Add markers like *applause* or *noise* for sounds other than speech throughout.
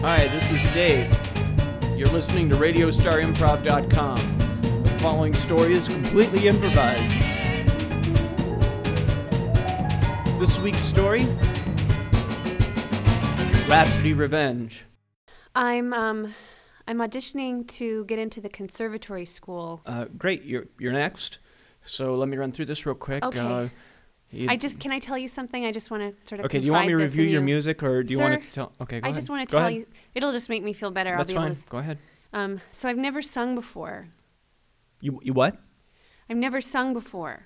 Hi, this is Dave. You're listening to RadioStarImprov.com. The following story is completely improvised. This week's story Rhapsody Revenge. I'm um, I'm auditioning to get into the conservatory school. Uh, great, you're, you're next. So let me run through this real quick. Okay. Uh, you- I just can I tell you something? I just want to sort of Okay, do you want me confide to this review in your you. music or do you want Sir, to tell? Okay, go I ahead. just want to Go tell ahead. you. It'll just make me feel better. I'll That's be fine. able to. s- Go ahead. Um, so I've never sung before. You, you what? I've never sung before.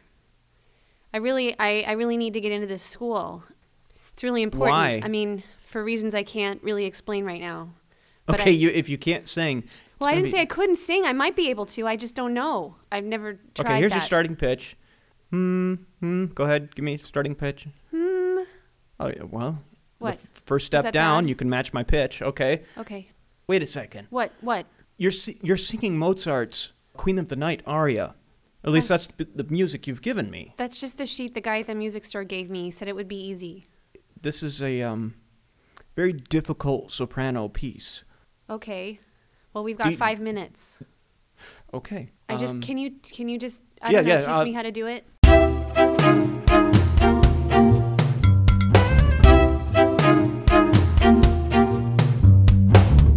I really, I, I really need to get into this school. It's really important. Why? I mean, for reasons I can't really explain right now. But Okay, I- you if you can't sing. Well, I gonna didn't be- say I couldn't sing. I might be able to. I just don't know. I've never tried Okay, here's that. your starting pitch. Hmm, hmm. Go ahead, give me starting pitch. Hmm. Oh, yeah, well, What? The f- first step that down, bad? you can match my pitch. Okay. Okay. Wait a second. What? What? You're si- you're singing Mozart's Queen of the Night aria. At least that's b- the music you've given me. That's just the sheet the guy at the music store gave me. He said it would be easy. This is a um, very difficult soprano piece. Okay. Well, we've got You- five minutes. Okay. I just um, can you can you just I yeah, don't know yeah, teach uh, me how to do it.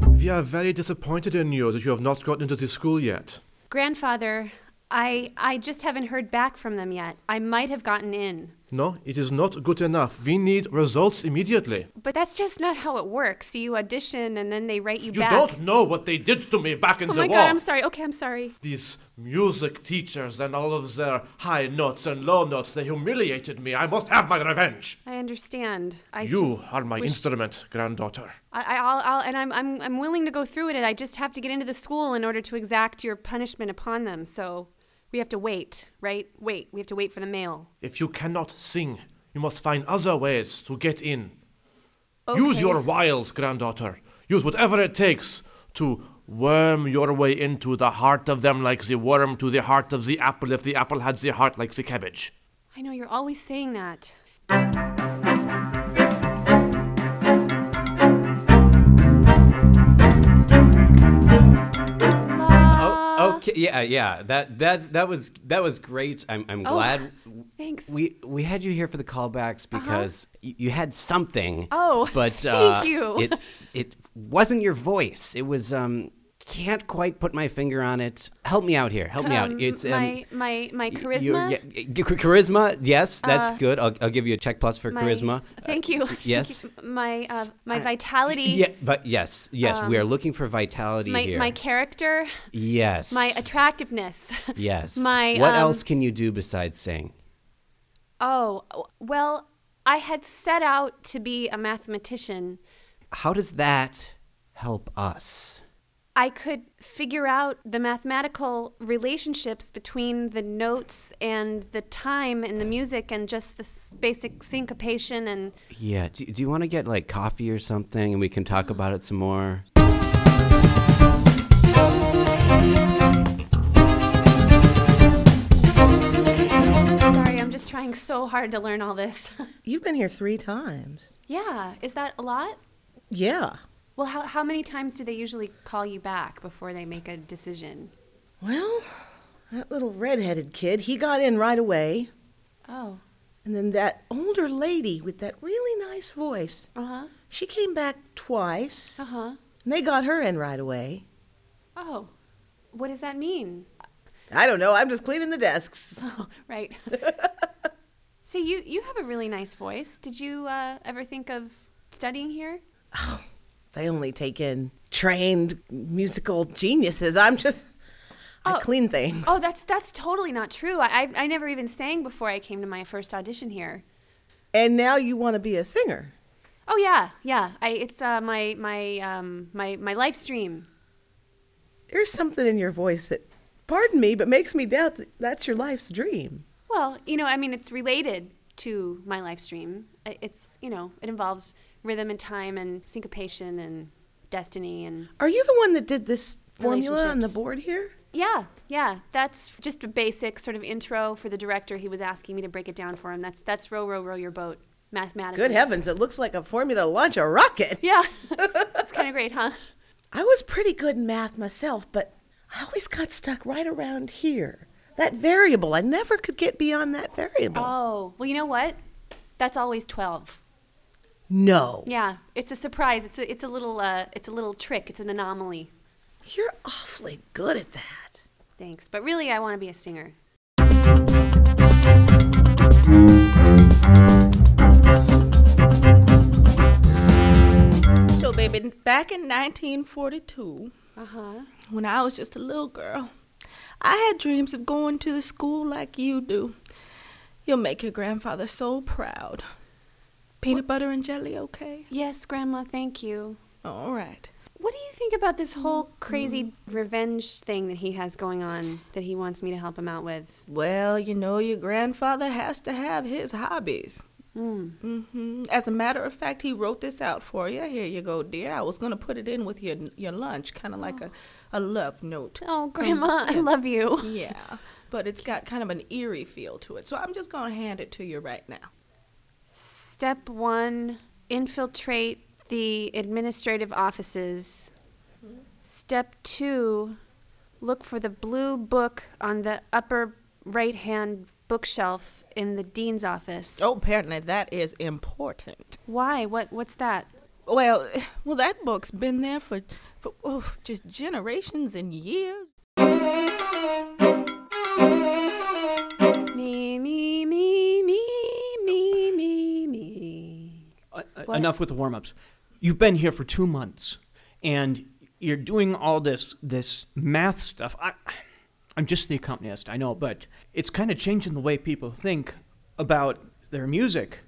We are very disappointed in you that you have not gotten into the school yet. Grandfather, I I just haven't heard back from them yet. I might have gotten in, No, it is not good enough. We need results immediately. but that's just not how it works. You audition and then they write you, You back. don't know what they did to me back in oh the my war. god, I'm sorry. Okay, I'm sorry. These music teachers and all of their high notes and low notes, they humiliated me. I must have my revenge. I understand. I you just are my wish- instrument, granddaughter. I, I- I'll, I'll, and I'm, I'm, I'm willing to go through with it. I just have to get into the school in order to exact your punishment upon them. So we have to wait, right? Wait. We have to wait for the mail. If you cannot sing, you must find other ways to get in. Use Okay. your wiles, granddaughter. Use whatever it takes to worm your way into the heart of them like the worm to the heart of the apple if the apple had the heart like the cabbage. I know you're always saying that. Oh, okay. Yeah, yeah. That that that was that was great. I'm Oh, I'm glad Thanks. we we had you here for the callbacks because y- you had something. Uh-huh. Oh, *laughs* but thank uh, you. It it wasn't your voice. It was um can't quite put my finger on it. Help me out here. Help me out. Um, It's um, my my my y- charisma. Uh, your- yeah, y- charisma. Yes, that's good. I'll, I'll give you a check plus for my- charisma. Uh, Thank you. *laughs* Thank yes. you. My uh, my vitality. Yeah, but yes, yes, we are looking for vitality Um, My here. my character. yes, My attractiveness. yes. *laughs* my, what um, else can you do besides sing? Oh, well, I had set out to be a mathematician. how does that help us? I could figure out the mathematical relationships between the notes and the time and the music and just the s- basic syncopation *laughs* and Yeah. Do, do you want to get like coffee or something and we can talk about it some more? sorry, I'm just trying so hard to learn all this. *laughs* You've been here three times. yeah, is that a lot? Yeah. Well, how, how many times do they usually call you back before they make a decision? Well, that little redheaded kid, he got in right away. Oh, And then that older lady with that really nice voice, uh huh, she came back twice. uh huh. And they got her in right away. Oh, what does that mean? I don't know, I'm just cleaning the desks. Oh, *laughs* right. so you you have a really nice voice. Did you uh, ever think of studying here? They only take in trained musical geniuses. I'm just, Oh. I clean things. Oh, that's that's totally not true. I, I I never even sang before I came to my first audition here. And now you want to be a singer. Oh yeah, yeah. I it's uh, my my um my my live stream. There's something in your voice that, pardon me, but makes me doubt that that's your life's dream. Well, you know, I mean, it's related to my live stream. I- It's you know, it involves rhythm and time and syncopation and destiny and Are you the one that did this formula on the Relationships. board here? Yeah, yeah. That's just a basic sort of intro for the director. He was asking me to break it down for him. That's that's row row row your boat mathematically. Good heavens, it looks like a formula to launch a rocket. Yeah, it's kind of great, huh? I was pretty good in math myself, but I always got stuck right around here. That variable, I never could get beyond that variable. Oh, well, you know what? That's always 12. no. Yeah, it's a surprise. It's a, it's a little uh, it's a little trick. It's an anomaly. You're awfully good at that. Thanks. But really, I want to be a singer. So, baby, back in 1942, Uh-huh. when I was just a little girl, I had dreams of going to the school like you do. You'll make your grandfather so proud. Peanut butter and jelly, okay? Yes, Grandma, thank you. All right. What do you think about this whole crazy revenge thing that he has going on that he wants me to help him out with? Well, you know, your grandfather has to have his hobbies. hmm As a matter of fact, he wrote this out for you. Here you go, dear. I was going to put it in with your your lunch, kind of like a, a love note. Oh, *laughs* Grandma, I love you. Yeah, but it's got kind of an eerie feel to it. So I'm just going to hand it to you right now. Step one infiltrate the administrative offices. Step two look for the blue book on the upper right hand bookshelf in the dean's office. Oh, apparently that is important. Why? What what's that? Well, *sighs* well, that book's been there for, for oh, just generations and years. Me, me, me, me, me, me, me. Uh, uh, What? enough with the warm-ups you've been here for two months and you're doing all this this math stuff i i'm just the accompanist i know but it's kind of changing the way people think about their music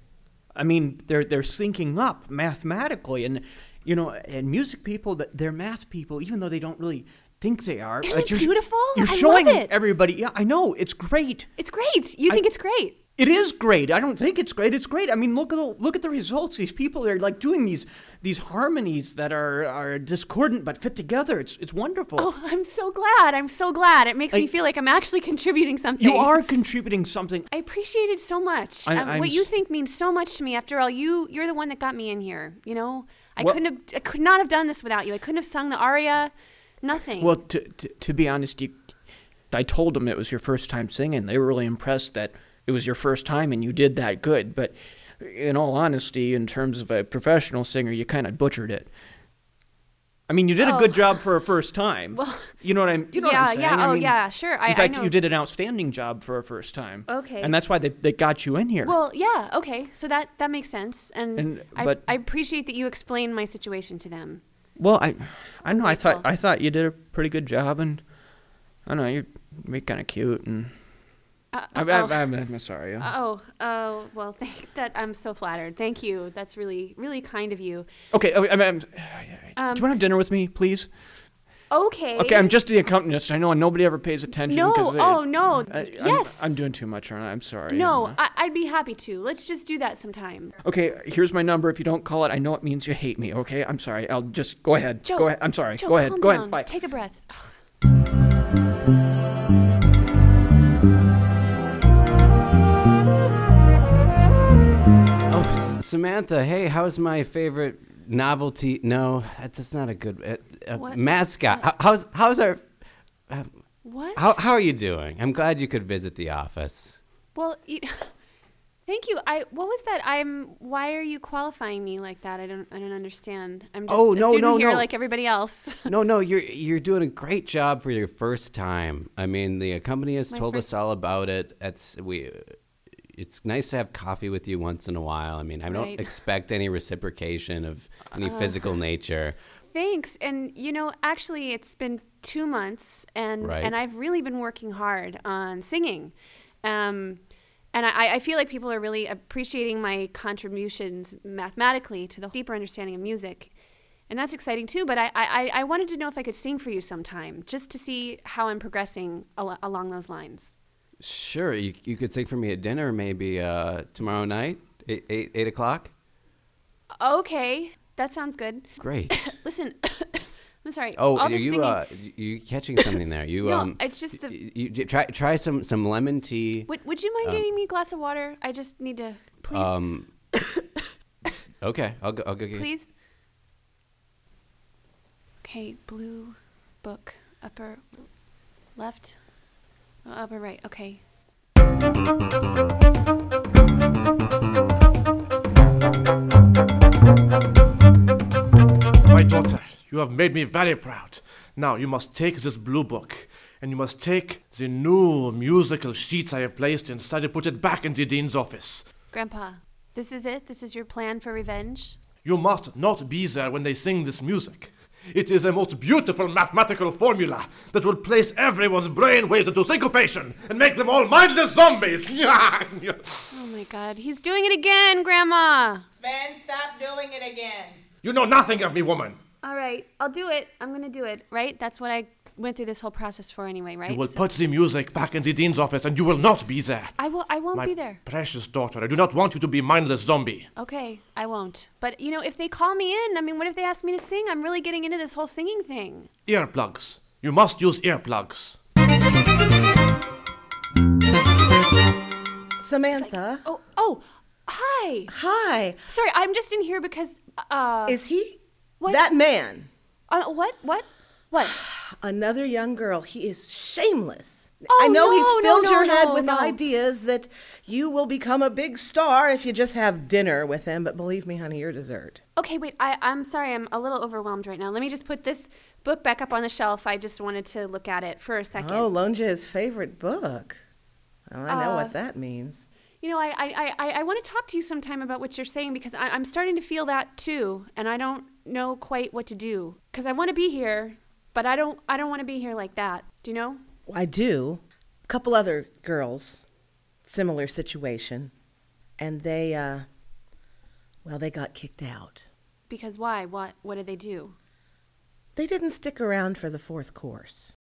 i mean they're they're syncing up mathematically and you know and music people that they're math people even though they don't really think they are Isn't but it you're, beautiful? you're I love showing it. everybody yeah i know it's great It's great. You think it's great. it is great. I don't think it's great. It's great. I mean, look at the, look at the results. These people are like doing these these harmonies that are are discordant but fit together. It's it's wonderful. Oh, *laughs* I'm so glad. I'm so glad. It makes I- me feel like I'm actually contributing something. you are contributing something. I appreciate it so much. I- um, I'm what you s- think means so much to me. After all, you you're the one that got me in here. You know, I Well- couldn't have. I could not have done this without you. I couldn't have sung the aria. Nothing. Well, to to, to be honest, you, I told them it was your first time singing. They were really impressed that it was your first time and you did that good. But in all honesty, in terms of a professional singer, you kind of butchered it. I mean, you did a good job for a first time. Well, you know what I'm. You know Oh. yeah, what I'm saying? yeah, I oh, mean, yeah, sure, I- I in fact, know. you did an outstanding job for a first time. Okay. And that's why they, they got you in here. Well, yeah, okay. So that that makes sense, and, And- I, but- I appreciate that you explained my situation to them. Well, I, I don't know. I thought Grateful. I thought you did a pretty good job, and I don't know you're, you're kind of cute, and Uh, I, I, I, am I'm sorry. uh, Oh, oh, well, *laughs* thank that. I'm so flattered. Thank you. That's really, really kind of you. Okay, I, I'm, I'm- *sighs* Um, do you want to have dinner with me, please? Okay. Okay, I'm just the accompanist. I know nobody ever pays attention. No. 'cause they- oh no. I, I'm- yes. I'm, doing too much, aren't I? I'm sorry. No, I'm not- I, I'd be happy to. Let's just do that sometime. okay, here's my number. If you don't call it, I know it means you hate me. Okay, I'm sorry. I'll just go ahead. Joe. go ahead. I'm sorry. Joe, go ahead. calm Go down. ahead. Bye. Take a breath. *sighs* Ugh. Oh, S- Samantha, hey, how's my favorite novelty? No, that's, that's not a good uh, uh, What? mascot. How- how's how's our? Uh, What? how how are you doing? I'm glad you could visit the office. Well, you, *laughs* thank you. I. What was that? I'm. Why are you qualifying me like that? I don't. I don't understand. I'm just Oh, a no, student no, here no. like everybody else. *laughs* No, no, you're you're doing a great job for your first time. I mean, the accompanist My told us first- all about it. That's we. It's nice to have coffee with you once in a while. I mean, I Right. Uh. don't expect any reciprocation of any physical nature. Thanks. And you know, actually, it's been two months, and Right. and I've really been working hard on singing, um, and I, I feel like people are really appreciating my contributions mathematically to the deeper understanding of music, and that's exciting too. But I I, I- I wanted to know if I could sing for you sometime, just to see how I'm progressing al- along those lines. Sure, you, you could sing for me at dinner maybe uh, tomorrow night, eight, eight, eight o'clock. Okay, that sounds good. *coughs* Great. *laughs* Listen, *coughs* I'm sorry. Oh, all are this you singing- uh, y- you catching something there? You No, um, it's just the- y- you, try try some some lemon tea. would, would you uh, mind getting me a glass of water? I just need to *coughs* please. Um, okay, I'll go. I'll go get Please. Okay, blue book, upper left, uh, upper right. Okay. My daughter, you have made me very proud. Now you must take this blue book, and you must take the new musical sheets I have placed inside and put it back in the dean's office. Grandpa, this is it? This is your plan for revenge? You must not be there when they sing this music. It is a most beautiful mathematical formula that will place everyone's brain waves into syncopation and make them all mindless zombies. *laughs* Oh my god, he's doing it again, Grandma! Sven, stop doing it again. you know nothing of me, woman. All right, I'll do it. I'm gonna do it, right? That's what I went through this whole process for anyway, right? You will So- put the music back in the dean's office and you will not be there. I will I won't My be there. precious daughter, I do not want you to be mindless zombie. Okay, I won't. But you know, if they call me in, I mean, what if they ask me to sing? I'm really getting into this whole singing thing. Earplugs. You must use earplugs. Samantha, Oh, oh, hi. hi. Sorry, I'm just in here because uh Is he What? that man? uh, what? What? What? Another young girl. He is shameless. I Oh, know no, he's no, filled your no, head no, with no. ideas that you will become a big star if you just have dinner with him, but believe me, honey, you're dessert. Okay, wait. I I'm sorry. I'm a little overwhelmed right now. Let me just put this book back up on the shelf. I just wanted to look at it for a second. Oh, Lonja, his favorite book. Well, I know Uh, what that means. You know, I I, I, I want to talk to you sometime about what you're saying because I, I'm starting to feel that too, and I don't know quite what to do because I want to be here, but I don't I don't want to be here like that. Do you know? I do. A couple other girls, similar situation, and they, uh, well, they got kicked out. Because why? What what did they do? They didn't stick around for the fourth course.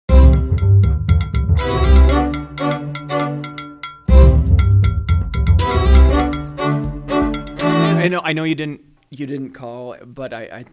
I know. I know you didn't. You didn't call, but I.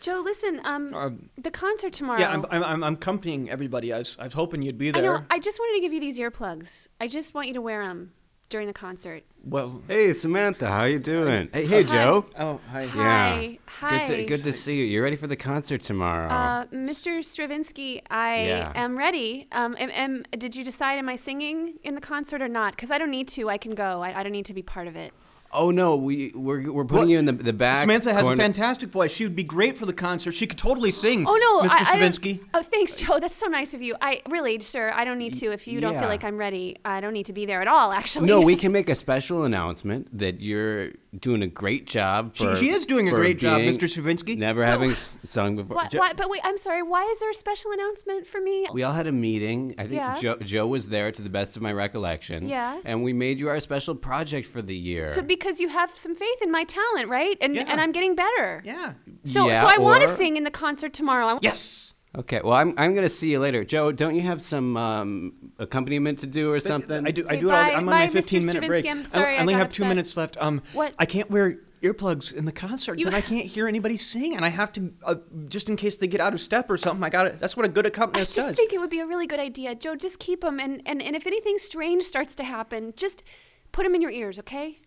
Joe, listen. Um, I um, the concert tomorrow. yeah, I'm, I'm. I'm. I'm accompanying everybody. I was. I was hoping you'd be I there. know. I just wanted to give you these earplugs. I just want you to wear them during the concert. well. Hey, Samantha, how you doing? Hey, hey Joe. Oh hi. Hi. Hi. Good to, good to see you. You ready for the concert tomorrow? Uh, Mr. Stravinsky, I Yeah. am ready. Um, am, am, did you decide am I singing in the concert or not? Because I don't need to. I can go. I, I don't need to be part of it. oh no, we we're, we're putting What? you in the the back. Samantha has corner. a fantastic voice. She would be great for the concert. She could totally sing. Oh no, Mr. I, I don't- Stravinsky. oh, thanks, Joe. That's so nice of you. I really, sure, I don't need to. If you don't yeah. feel like I'm ready, I don't need to be there at all. *laughs* Actually, No, we can make a special announcement that you're doing a great job. She- For, she is doing a for great job, being- Mr. Stravinsky. Never having s- sung before. Why, Jo- why, but wait, I'm sorry. Why is there a special announcement for me? we all had a meeting. I think Yeah. Joe, Joe was there, to the best of my recollection. Yeah. And we made you our special project for the year. So because you have some faith in my talent, right? And Yeah. and I'm getting better. Yeah. So Yeah, so I want to or- sing in the concert tomorrow. I, Yes. okay. Well, I'm, I'm going to see you later. Joe, don't you have some um, accompaniment to do or something? I do. I Okay, do. it all the- bye- I'm on bye, my Mr. 15 minute break. Stravinsky. I'm I- sorry I I only got have two upset. minutes left. Um, What? I can't wear earplugs in the concert, You- then I can't hear anybody sing, and I have to uh, just in case they get out of step or something. I got to That's what a good I accompanist just does. think it would be a really good idea, Joe. Just keep them, and, and and if anything strange starts to happen, just put them in your ears, okay?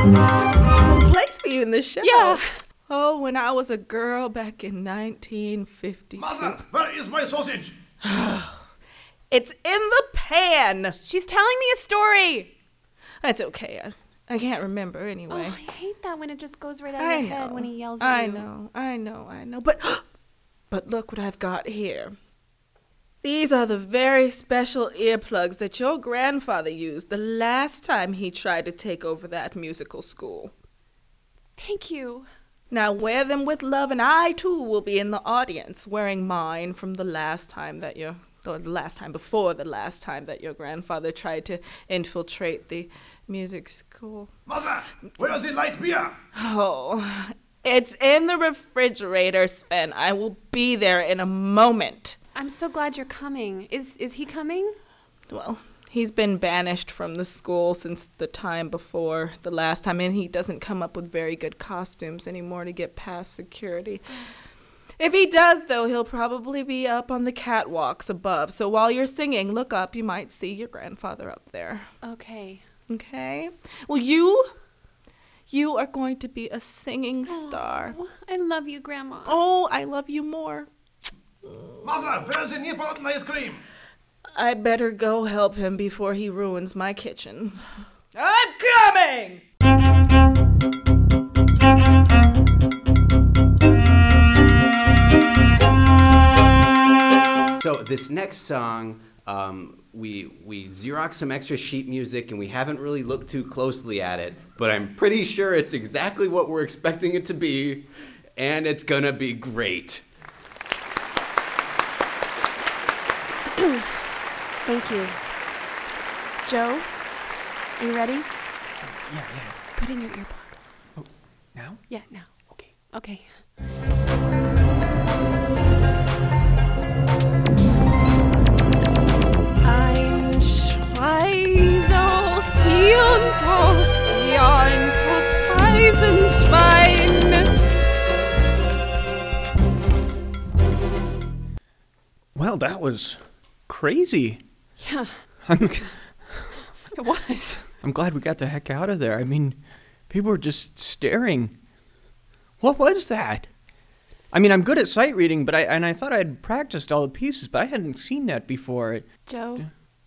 Place for you in the show. Yeah. Oh, when I was a girl back in 1952. Mother, where is my sausage? It's in the pan. She's telling me a story. That's okay. I, I can't remember anyway. Oh, I hate that when it just goes right out I of your know. head when he yells at I you. know. I know. I know. But *gasps* but look what I've got here. These are the very special earplugs that your grandfather used the last time he tried to take over that musical school. Thank you. Now wear them with love, and I too will be in the audience wearing mine from the last time that your, or the last time before the last time that your grandfather tried to infiltrate the music school. Mother, where is the light beer? Oh, it's in the refrigerator, Sven. I will be there in a moment. I'm so glad you're coming. Is is he coming? Well, he's been banished from the school since the time before the last time, and he doesn't come up with very good costumes anymore to get past security. If he does, though, he'll probably be up on the catwalks above. So while you're singing, look up. You might see your grandfather up there. Okay. Okay? Well, you, you are going to be a singing star. Oh, I love you, Grandma. Oh, I love you more. Mother, where's the Neapolitan ice cream? I better go help him before he ruins my kitchen. I'm coming! So this next song, um, we we xerox some extra sheet music, and we haven't really looked too closely at it, but I'm pretty sure it's exactly what we're expecting it to be, and it's gonna be great. Thank you. Joe, are you ready? Yeah, yeah. Put in your earplugs. Oh, now? Yeah, now. Okay. Okay. Ein Schweißaustien, Taustian, Eisenschwein. Well, that was crazy. Yeah, *laughs* I'm, it was. I'm glad we got the heck out of there. I mean, people were just staring. What was that? I mean, I'm good at sight reading, but I and I thought I had practiced all the pieces, but I hadn't seen that before. Joe,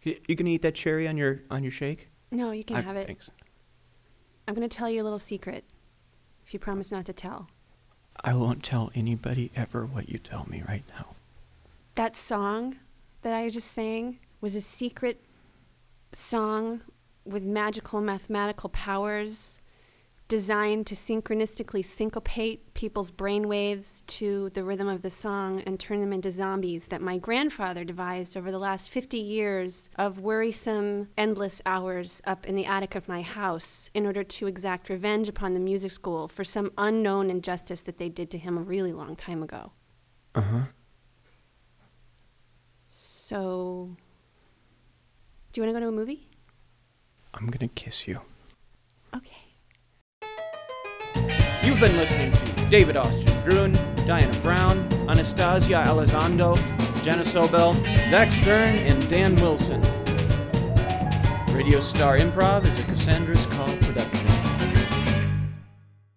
You you gonna eat that cherry on your on your shake? no, you can I- have it. Thanks. I'm going to tell you a little secret if you promise not to tell. I won't tell anybody ever what you tell me right now. that song that I just sang was a secret song with magical mathematical powers designed to synchronistically syncopate people's brainwaves to the rhythm of the song and turn them into zombies that my grandfather devised over the last 50 years of worrisome, endless hours up in the attic of my house in order to exact revenge upon the music school for some unknown injustice that they did to him a really long time ago. So, do you want to go to a movie? I'm gonna kiss you. Okay. You've been listening to David Austin Gruen, Diana Brown, Anastasia Elizondo, Jenna Sobel, Zach Stern, and Dan Wilson. Radio Star Improv is a Cassandra's Call production.